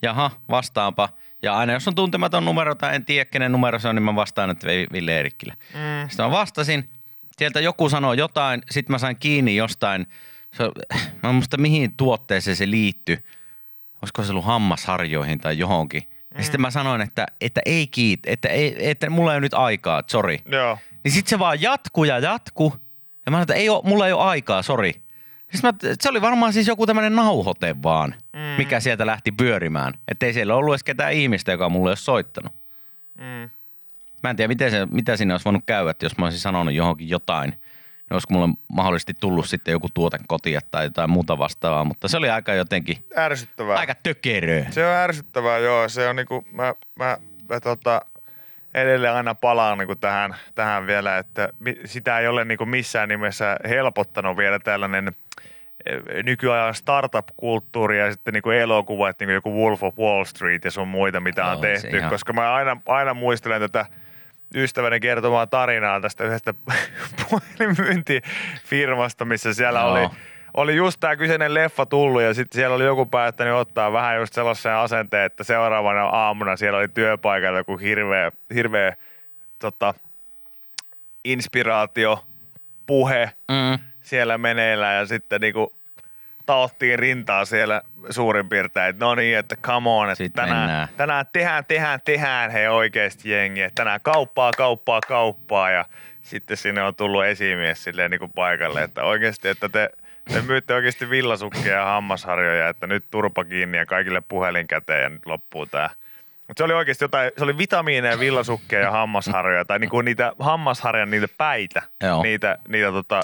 A: jaha, vastaanpa. Ja aina jos on tuntematon numero tai en tiedä, kenen numero se on, niin mä vastaan, että Vi- Ville Eerikkilä. Mm. Sitten mä vastasin, sieltä joku sanoi jotain, sitten mä sain kiinni jostain, se, mä en muista mihin tuotteeseen se liittyi olisiko se ollut hammasharjoihin tai johonkin. Mm. Ja sitten mä sanoin, että, että ei kiit, että, ei, että mulla ei ole nyt aikaa, sori.
C: joo.
A: Niin sitten se vaan jatkuu ja jatkuu. Ja mä sanoin, että ei oo, mulla ei ole aikaa, sori. Siis mä, se oli varmaan siis joku tämmöinen nauhoite vaan, mm. mikä sieltä lähti pyörimään. Että ei siellä ollut edes ketään ihmistä, joka mulle olisi soittanut.
C: Mm.
A: Mä en tiedä, miten se, mitä siinä olisi voinut käydä, että jos mä olisin sanonut johonkin jotain, niin olisiko mulle mahdollisesti tullut sitten joku tuote kotia tai jotain muuta vastaavaa. Mutta se oli aika jotenkin,
C: Ärsyttävää.
A: aika tökeröä.
C: Se on ärsyttävää, joo. Se on niinku, mä, mä, mä tota, edelleen aina palaan niinku tähän, tähän vielä, että mi- sitä ei ole niinku missään nimessä helpottanut vielä tällainen eh, nykyajan startup-kulttuuri ja sitten niinku elokuvat, niinku joku Wolf of Wall Street ja sun muita, mitä on
A: Joo, se
C: tehty.
A: ihan-
C: Koska mä aina, aina muistelen tätä ystäväni kertomaa tarinaa tästä yhdestä [LAUGHS] puhelinmyyntifirmasta, missä siellä
A: Joo.
C: oli oli just tämä kyseinen leffa tullut ja sitten siellä oli joku päättänyt ottaa vähän just sellaisen asenteen, että seuraavana aamuna siellä oli työpaikalla joku hirveä, hirveä tota, inspiraatio puhe
A: Mm.
C: siellä meneillään ja sitten niinku taottiin rintaa siellä suurin piirtein, että no niin, että come on, että
A: Sitten mennään.
C: tänään, tänään tehdään, tehdään, tehdään he oikeasti jengi, että tänään kauppaa, kauppaa, kauppaa ja sitten sinne on tullut esimies silleen niinku paikalle, että oikeasti, että te, te myytte oikeasti villasukkia ja hammasharjoja, että nyt turpa kiinni ja kaikille puhelin käteen ja nyt loppuu tää. Mutta se oli oikeasti jotain, se oli vitamiineja, villasukkeja ja hammasharjoja, tai niinku niitä hammasharjan niitä päitä,
A: Joo.
C: niitä, niitä tota,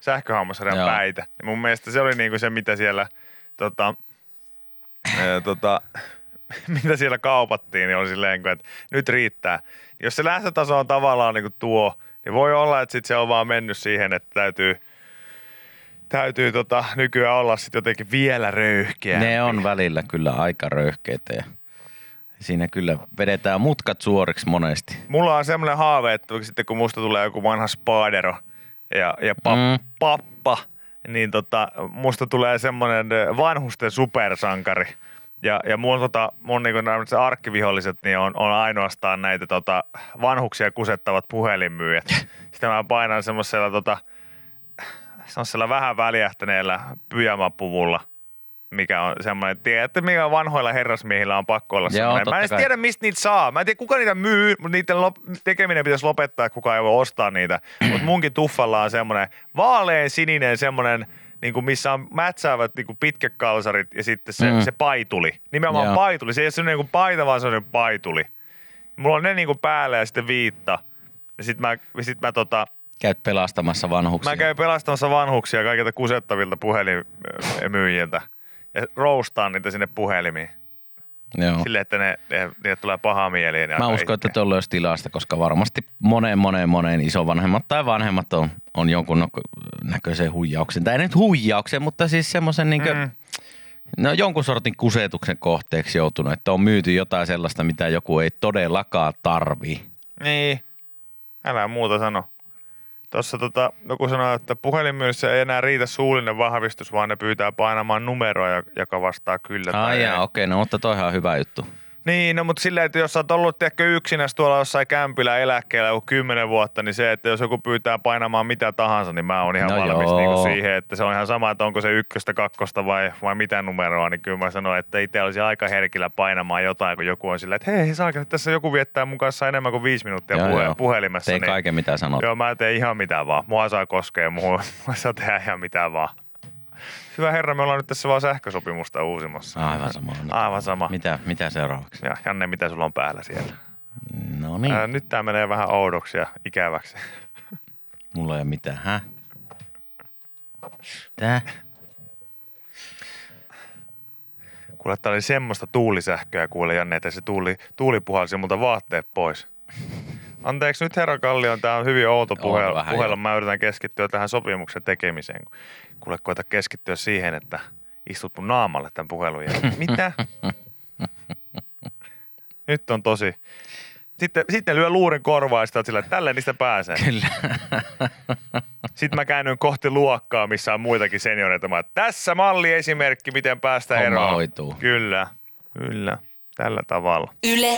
C: sähköhammasharjan
A: Joo.
C: päitä. Ja mun mielestä se oli niinku se, mitä siellä, tota, ää, tota, [LAUGHS] mitä siellä kaupattiin, niin oli silleen, niinku, että nyt riittää. Jos se lähtötaso on tavallaan niinku tuo, niin voi olla, että sit se on vaan mennyt siihen, että täytyy, täytyy tota, nykyään olla sit jotenkin vielä röyhkeä.
A: Ne on välillä kyllä aika röyhkeitä ja siinä kyllä vedetään mutkat suoriksi monesti.
C: Mulla on semmoinen haave, että sitten kun musta tulee joku vanha spaadero ja, ja pa-
A: Mm.
C: mm. pappa, niin tota, musta tulee semmoinen ö, vanhusten supersankari. Ja, ja mun, tota, mun niin se arkkiviholliset niin on, on, ainoastaan näitä tota, vanhuksia kusettavat puhelinmyyjät. [LAUGHS] Sitten mä painan semmoisella tota, semmoisella vähän väljähtäneellä pyjamapuvulla, mikä on semmoinen, tiedätte mikä vanhoilla herrasmiehillä on pakko olla
A: Joo,
C: semmoinen. Mä
A: totta
C: en edes
A: kai.
C: tiedä, mistä niitä saa. Mä en tiedä, kuka niitä myy, mutta niiden lop- tekeminen pitäisi lopettaa, kuka ei voi ostaa
A: [CLEARS THROAT]
C: niitä. Mutta munkin tuffalla on semmoinen vaalean sininen semmoinen, niin kuin missä on mätsäävät niin kuin pitkät kalsarit ja sitten se,
A: Mm.
C: mm. se paituli. Nimenomaan
A: Joo.
C: paituli. Se ei ole semmoinen niin kuin paita, vaan se on semmoinen paituli. Mulla on ne niin kuin päällä ja sitten viitta. Ja sitten mä, sit mä tota,
A: Käyt pelastamassa vanhuksia.
C: Mä käyn pelastamassa vanhuksia kaikilta kusettavilta puhelinmyyjiltä ja roustaan niitä sinne puhelimiin.
A: Joo.
C: Silleen, että ne, ne, ne tulee paha mieli. ja ne
A: No. Mä
C: alkaa
A: uskon, että
C: itkeä.
A: tuolla olisi tilasta, koska varmasti moneen, moneen, moneen isovanhemmat tai vanhemmat on, on jonkun nok- näköisen huijauksen. Tai ei nyt huijauksen, mutta siis semmoisen niin mm.
C: Mm.
A: no, jonkun sortin kusetuksen kohteeksi joutunut, että on myyty jotain sellaista, mitä joku ei todellakaan tarvii.
C: Niin. Älä muuta sano. Tuossa tota, joku sanoi, että puhelinmyynnissä ei enää riitä suullinen vahvistus, vaan ne pyytää painamaan numeroa, ja- joka vastaa kyllä tai
A: Ai
C: ei.
A: jaa, okei, no mutta toihan on hyvä juttu.
C: Niin, no mutta silleen, että jos sä oot ollut tiedätkö, yksinäs tuolla jossain kämpillä eläkkeellä joku kymmenen vuotta, niin se, että jos joku pyytää painamaan mitä tahansa, niin mä oon ihan
A: No
C: no valmis
A: joo.
C: niinku siihen, että se on ihan sama, että onko se ykköstä, kakkosta vai, vai mitä numeroa, niin kyllä mä sanoin, että itse olisi aika herkillä painamaan jotain, kun joku on silleen, että hei, saakka, tässä joku viettää mun kanssa enemmän kuin viisi minuuttia
A: Joo,
C: joo, puhe-
A: joo.
C: joo. puhelimessa.
A: Tein
C: niin,
A: kaiken, mitä sanot.
C: Joo, mä teen ihan mitä vaan. Mua saa koskea, mua, [LAUGHS] mua saa tehdä ihan mitä vaan. Hyvä herra, me ollaan nyt tässä vaan sähkösopimusta uusimassa.
A: Aivan sama.
C: Aivan sama.
A: Mitä, mitä seuraavaksi?
C: Ja Janne, mitä sulla on päällä siellä?
A: No niin,
C: Ää, nyt tämä menee vähän oudoksi ja ikäväksi.
A: mulla ei ole mitään. Häh? Tää?
C: Kuule, tää oli semmoista tuulisähköä, kuule Janne, että se tuuli, tuuli puhalsi multa vaatteet pois. Anteeksi, nyt herra Kallion, tämä on hyvin outo
A: Outo
C: puhe,
A: vähän,
C: puhelu.
A: joo.
C: Mä yritän keskittyä tähän sopimuksen tekemiseen. Kuule, koita keskittyä siihen, että istut mun naamalle tämän puhelun jälkeen. Mitä? nyt on tosi. Sitten, sitten lyö luurin korvaa ja sitten oot sillä, että tälleen niistä pääsee.
A: Kyllä.
C: Sitten mä käännyin kohti luokkaa, missä on muitakin senioreita. Mä, oon, tässä malli esimerkki, miten päästä
A: Homma
C: eroon.
A: hoituu.
C: Kyllä, kyllä. Tällä tavalla.
B: Yle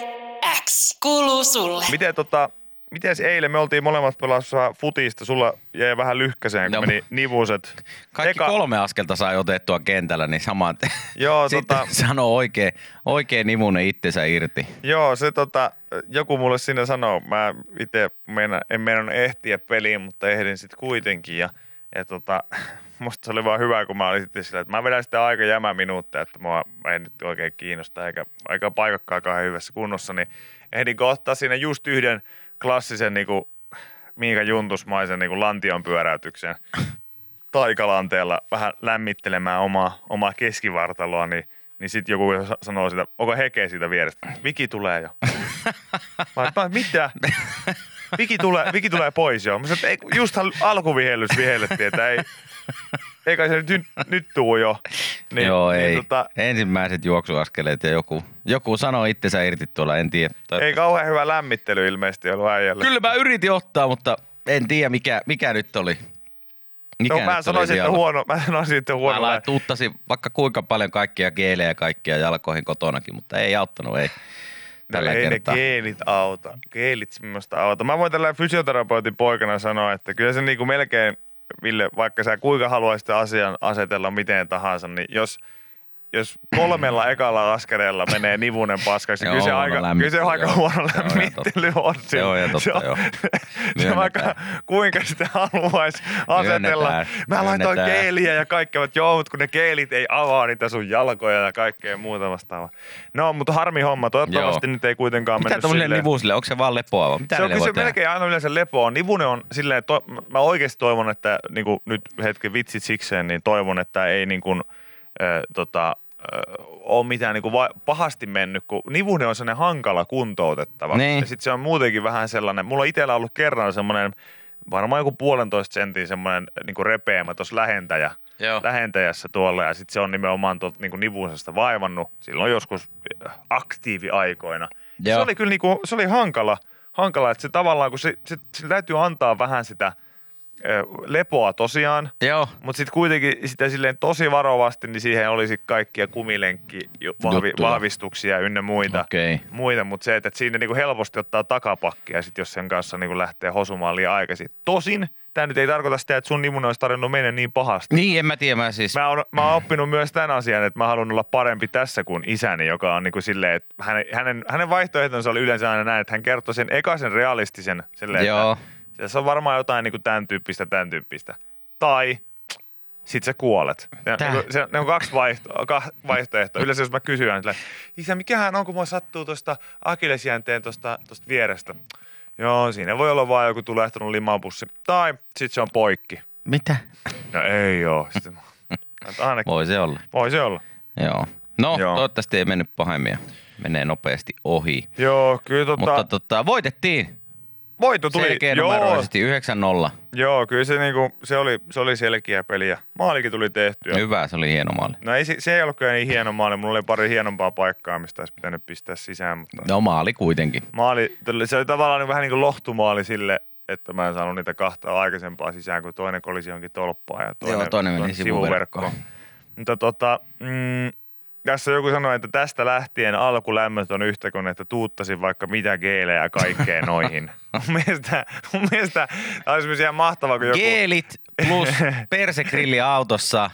B: X kuuluu sulle.
C: Miten tota, mites eilen me oltiin molemmat pelassaa futista, sulla jäi vähän lyhkäseen, kun
A: Joo.
C: no. meni nivuset.
A: Kaikki Eka... kolme askelta sai otettua kentällä, niin saman tien. [LAUGHS]
C: Joo,
A: Sitten
C: tota,
A: sano oikein, oikein nimunen
C: [LAUGHS]
A: itsensä irti.
C: Joo, se tota, joku mulle siinä sanoo, mä itse meina, en meinannut ehtiä peliin, mutta ehdin sitten kuitenkin ja, ja tota, [LAUGHS] musta se oli vaan hyvä, kun mä olin sitten sillä, että mä vedän sitä aika jämä minuuttia, että mua ei nyt oikein kiinnosta eikä, eikä paikakkaakaan hyvässä kunnossa, niin ehdin kohtaa siinä just yhden klassisen niin kuin, Miika Juntusmaisen niin kuin lantion pyöräytyksen taikalanteella vähän lämmittelemään omaa, omaa keskivartaloa, niin, niin sitten joku sa- sanoo sitä, onko hekeä siitä vierestä. Viki tulee jo. Mä, oon, mä oon, mitä? Viki tulee, Viki tulee pois jo. Mä sanoin, että ei, kun justhan alkuvihellys vihellettiin, että ei, eikä se nyt, nyt, nyt tuu jo.
A: Niin, Joo, ei. Niin, tota... Ensimmäiset juoksuaskeleet ja joku, joku sanoi itsensä irti tuolla, en tiedä. Tai...
C: ei kauhean hyvä lämmittely ilmeisesti ollut äijälle.
A: Kyllä mä yritin ottaa, mutta en tiedä mikä, mikä nyt oli. Mikä
C: No, mä,
A: nyt
C: sanoisin, että
A: vialla.
C: huono, mä sanoisin, että huono.
A: Mä laitoin tuttasin vaikka kuinka paljon kaikkia geelejä ja kaikkia jalkoihin kotonakin, mutta ei auttanut, ei. Tällä
C: No ei
A: kertaa.
C: ne geenit auta. Geenit semmoista auta. Mä voin tällä fysioterapeutin poikana sanoa, että kyllä se niinku melkein Ville, vaikka sä kuinka haluaisit sitä asian asetella miten tahansa, niin jos, jos kolmella ekalla askareella menee nivunen paskaksi, niin
A: [LAUGHS] Joo,
C: kyllä se
A: on
C: aika,
A: lämmin-
C: kyllä se aika
A: joo,
C: huono
A: se on ihan
C: lämmittely on.
A: Se on ihan totta,
C: se on, [LAUGHS]
A: joo.
C: se
A: Myönnetään.
C: vaikka kuinka sitä haluaisi asetella.
A: Myönnetään,
C: Mä laitoin
A: myönnetään.
C: keeliä ja kaikki ovat, joo, mutta kun ne keelit ei avaa niitä sun jalkoja ja kaikkea muuta vastaavaa. No, mutta harmi homma. Toivottavasti
A: Joo.
C: nyt ei kuitenkaan
A: Mitä niinku
C: mennyt
A: tuolle
C: silleen.
A: nivusille, onko se vaan lepoa vai mitä
C: se on
A: niille
C: kyllä se
A: voi tehdä?
C: melkein aina yleensä lepoa. Nivunen on silleen, että to, mä oikeasti toivon, että niin kuin nyt hetken vitsit sikseen, niin toivon, että ei niin kuin, ö, tota, ö, ole mitään niin kuin va- pahasti mennyt, kun nivunen on sellainen hankala kuntoutettava.
A: Niin.
C: Ja sitten se on muutenkin vähän sellainen, mulla on itsellä ollut kerran semmoinen, varmaan joku puolentoista sentin semmoinen niin kuin repeämä tuossa lähentäjä,
A: Joo.
C: lähentäjässä tuolla ja sitten se on nimenomaan tuolta niin nivusesta vaivannut silloin joskus äh, aktiiviaikoina. Joo. Se
A: Joo.
C: oli kyllä niinku, se oli hankala, hankala, että se tavallaan, kun se, se, sillä täytyy antaa vähän sitä ö, lepoa tosiaan,
A: Joo.
C: mutta sitten kuitenkin sitä silleen tosi varovasti, niin siihen olisi kaikkia kumilenkki ju- vahvi,
A: Juttuja.
C: vahvistuksia ynnä muita.
A: Okei.
C: Muita, mutta se, että että siinä niinku helposti ottaa takapakkia, sit jos sen kanssa niinku lähtee hosumaan liian aikaisin. Tosin, tämä nyt ei tarkoita sitä, että sun nimun olisi tarvinnut mennä niin pahasti.
A: Niin, en mä tiedä, mä siis...
C: Mä oon, mä oon oppinut myös tämän asian, että mä haluan olla parempi tässä kuin isäni, joka on niin kuin silleen, että hänen, hänen, hänen vaihtoehtonsa oli yleensä aina näin, että hän kertoi sen ekaisen realistisen silleen,
A: Joo.
C: että se on varmaan jotain niin kuin tämän tyyppistä, tämän tyyppistä. Tai sit sä kuolet. Ja,
A: Tää.
C: niinku se, ne on kaksi vaihto, ka, vaihtoehtoa. Yleensä jos mä kysyn, niin silleen, isä, mikähän on, kun mua sattuu tuosta akillesjänteen tuosta tosta vierestä. Joo, siinä voi olla vaan joku tulehtunut limapussi. Tai sit se on poikki.
A: Mitä?
C: No ei oo. Sitten, mä- että ainakin
A: Voi se olla.
C: voi se olla.
A: Joo. No,
C: Joo.
A: Joo. toivottavasti ei mennyt pahemmin ja menee nopeasti ohi.
C: Joo, kyllä tota,
A: Mutta
C: Mutta
A: tota, voitettiin
C: voitto
A: Tuli,
C: tuli.
A: selkeä
C: joo,
A: numeroisesti 9-0.
C: joo, kyllä se, niinku, se, oli, se oli selkeä peli ja maalikin tuli tehtyä.
A: Hyvä, se oli hieno maali.
C: No ei, se, se ei ollut kyllä niin hieno maali, mulla oli pari hienompaa paikkaa, mistä olisi pitänyt pistää sisään, mutta
A: No maali kuitenkin.
C: maali, tuli- se oli tavallaan niin vähän niin kuin lohtumaali sille, että mä en saanut niitä kahta aikaisempaa sisään, kun toinen kolisi johonkin tolppaan ja toinen,
A: Joo, toinen meni sivuverkkoon.
C: Mutta tota, mm, tässä joku sanoi, että tästä lähtien alkulämmöt on yhtä kuin, että tuuttasin vaikka mitä geelejä ja kaikkea
A: [LAUGHS]
C: noihin. mun mielestä, mun mielestä tämä olisi myös ihan mahtavaa, kun joku...
A: Geelit
C: [LAUGHS]
A: plus persekrilli autossa.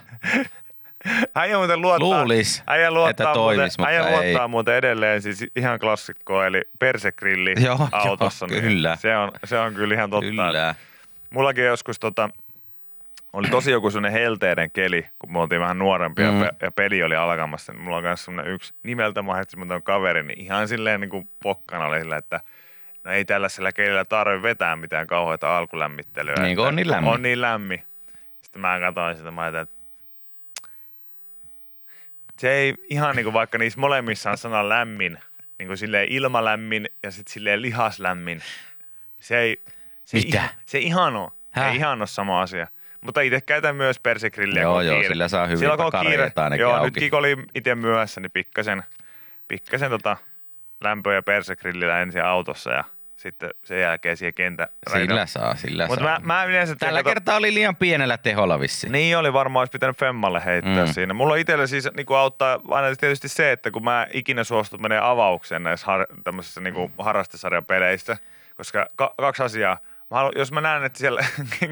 C: Äijä muuten luottaa,
A: Luulis,
C: äijä luottaa,
A: että toimis,
C: muuten, äijä
A: mutta ei.
C: luottaa muuten edelleen siis ihan klassikkoa, eli persekrilli
A: Joo, [LAUGHS] joo,
C: autossa.
A: kyllä.
C: Niin se, on, se on kyllä ihan totta.
A: Kyllä.
C: Mullakin joskus tota, oli tosi joku sellainen helteinen keli, kun me oltiin vähän nuorempia mm.
A: Mm.
C: ja, pe- ja peli oli alkamassa. Niin mulla on myös sellainen yksi nimeltä mainitsematon kaveri, niin ihan silleen niin kuin pokkana oli sillä, että no ei tällaisella kelillä tarvitse vetää mitään kauheita alkulämmittelyä.
A: Niin kun
C: että
A: on niin lämmin.
C: On niin lämmin. Sitten mä katsoin sitä, mä ajattelin, että se ei ihan niin kuin vaikka niissä molemmissa on sana lämmin, niin kuin silleen ilmalämmin ja sitten silleen lihaslämmin. niin Se ei, se ei
A: Mitä?
C: ihan- se ei ihan ole.
A: Häh?
C: Ei ihan ole sama asia. Mutta itse käytän myös persekrilliä,
A: Joo,
C: kun on
A: joo,
C: kiire.
A: sillä saa hyviä
C: Silloin, kun on
A: takareita
C: kiire.
A: ainakin
C: Joo,
A: auki.
C: nytkin kun oli itse myöhässä, niin pikkasen, pikkasen tota lämpöä ja persegrillillä ensin autossa ja sitten sen jälkeen siihen kentä
A: Sillä saa, sillä
C: Mutta
A: saa.
C: mä, mä yleensä...
A: Tällä
C: teen-
A: kertaa oli liian pienellä teholla vissiin.
C: niin oli varmaan, olisi pitänyt femmalle heittää mm.
A: Mm.
C: siinä. Mulla itsellä siis niin auttaa aina tietysti se, että kun mä ikinä suostun menee avaukseen näissä har, tämmöisissä niin
A: Mm.
C: kuin harrastesarjan peleissä, koska ka- kaksi asiaa. Mä haluan, jos mä näen, että siellä [LAUGHS]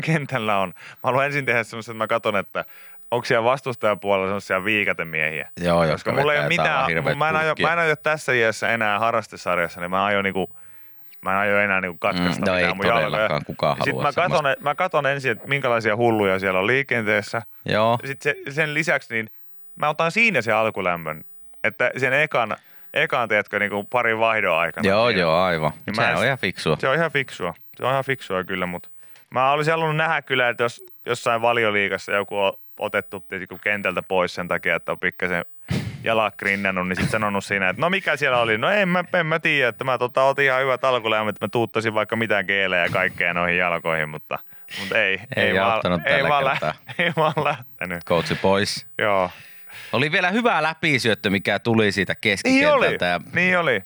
C: kentällä on, mä haluan ensin tehdä semmoista, että mä katson, että onko siellä vastustajapuolella semmoisia viikatemiehiä.
A: Joo,
C: Koska
A: jotka
C: mulla ei
A: vetää
C: ole
A: jotain
C: mitään,
A: hirveet
C: mä en, aio,
A: putkia.
C: mä en aio tässä iässä enää harrastesarjassa, niin mä aion niinku, mä en aio enää niinku katkaista
A: Mm, no
C: mitään
A: ei
C: mun jalkoja.
A: todellakaan kukaan
C: Sitten
A: halua
C: mä katon,
A: semmoista.
C: mä katon ensin, että minkälaisia hulluja siellä on liikenteessä.
A: Joo.
C: Sitten se, sen lisäksi, niin mä otan siinä sen alkulämmön, että sen ekan, ekan teetkö niinku parin vaihdon aikana.
A: Joo,
C: Niin.
A: joo, aivan.
C: Niin mä
A: Sehän
C: en-
A: on ihan fiksua.
C: Se on ihan fiksua. Se on ihan fiksua kyllä, mutta mä olisin halunnut nähdä kyllä, että jos jossain valioliikassa joku on otettu tietysti kentältä pois sen takia, että on pikkasen jalat grinnannut, niin sitten sanonut siinä, että no mikä siellä oli? No en mä, en mä tiedä, että mä tota, otin ihan hyvät alkulämmöt, että mä tuuttasin vaikka mitään keelejä ja kaikkea noihin jalkoihin, mutta, mutta ei.
A: Ei
C: vaan,
A: auttanut
C: ei,
A: tällä
C: vaan
A: kertaa.
C: lä- [LAUGHS] ei vaan lähtenyt.
A: Coachi pois.
C: Joo.
A: Oli vielä hyvä läpisyöttö, mikä tuli siitä
C: Niin oli,
A: keskikentältä. ja-
C: niin oli.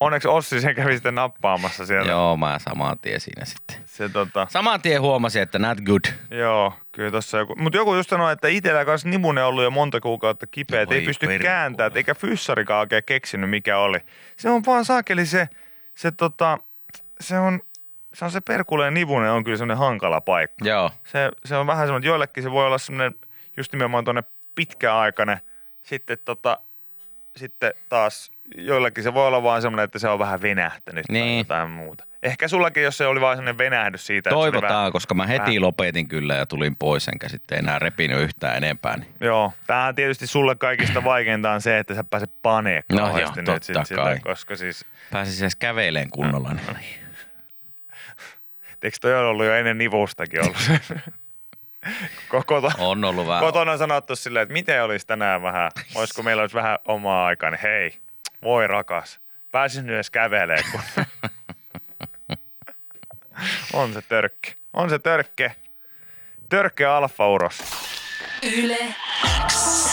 C: Onneksi Ossi sen kävi sitten nappaamassa sieltä.
A: Joo, mä saman tien siinä sitten.
C: Se, tota,
A: Saman tien huomasin, että not good.
C: Joo, kyllä tossa joku. Mutta joku just sanoi, että itellä kanssa nimunen ollut jo monta kuukautta kipeä, että ei
A: Voi
C: pysty
A: perkele.
C: kääntämään, eikä fyssarikaan oikein keksinyt mikä oli. Se on vaan saakeli se, se tota, se on, se on se perkuleen nivunen on kyllä semmoinen hankala paikka.
A: Joo.
C: Se, se on vähän semmoinen, joillekin se voi olla semmoinen just nimenomaan tuonne pitkäaikainen. Sitten, tota, sitten taas joillekin se voi olla vaan semmoinen, että se on vähän venähtänyt tai
A: Niin.
C: jotain muuta. Ehkä sullakin, jos se oli vaan semmoinen venähdys siitä. että se oli
A: Toivotaan, koska mä heti
C: vähän-
A: lopetin kyllä ja tulin pois, enkä sitten enää repinyt yhtään enempää. Niin.
C: Joo, tämähän tietysti sulle kaikista vaikeinta on se, että sä pääset paneen
A: No
C: kauheasti
A: joo,
C: nyt
A: totta
C: sit sitä,
A: kai.
C: koska siis,
A: Pääsisin edes käveleen kunnolla.
C: Mm.
A: Niin.
C: eikö toi on ollut jo ennen nivustakin ollut se? [LAUGHS] Ko- Koto,
A: On ollut vähän.
C: kotona on sanottu silleen, että miten olisi tänään vähän, olisiko meillä olisi vähän omaa aikaa, niin hei, voi rakas, pääsis nyt edes kävelee, kun... [LAUGHS] on se törkki, on se törkke, törkke alfauros.
B: Yle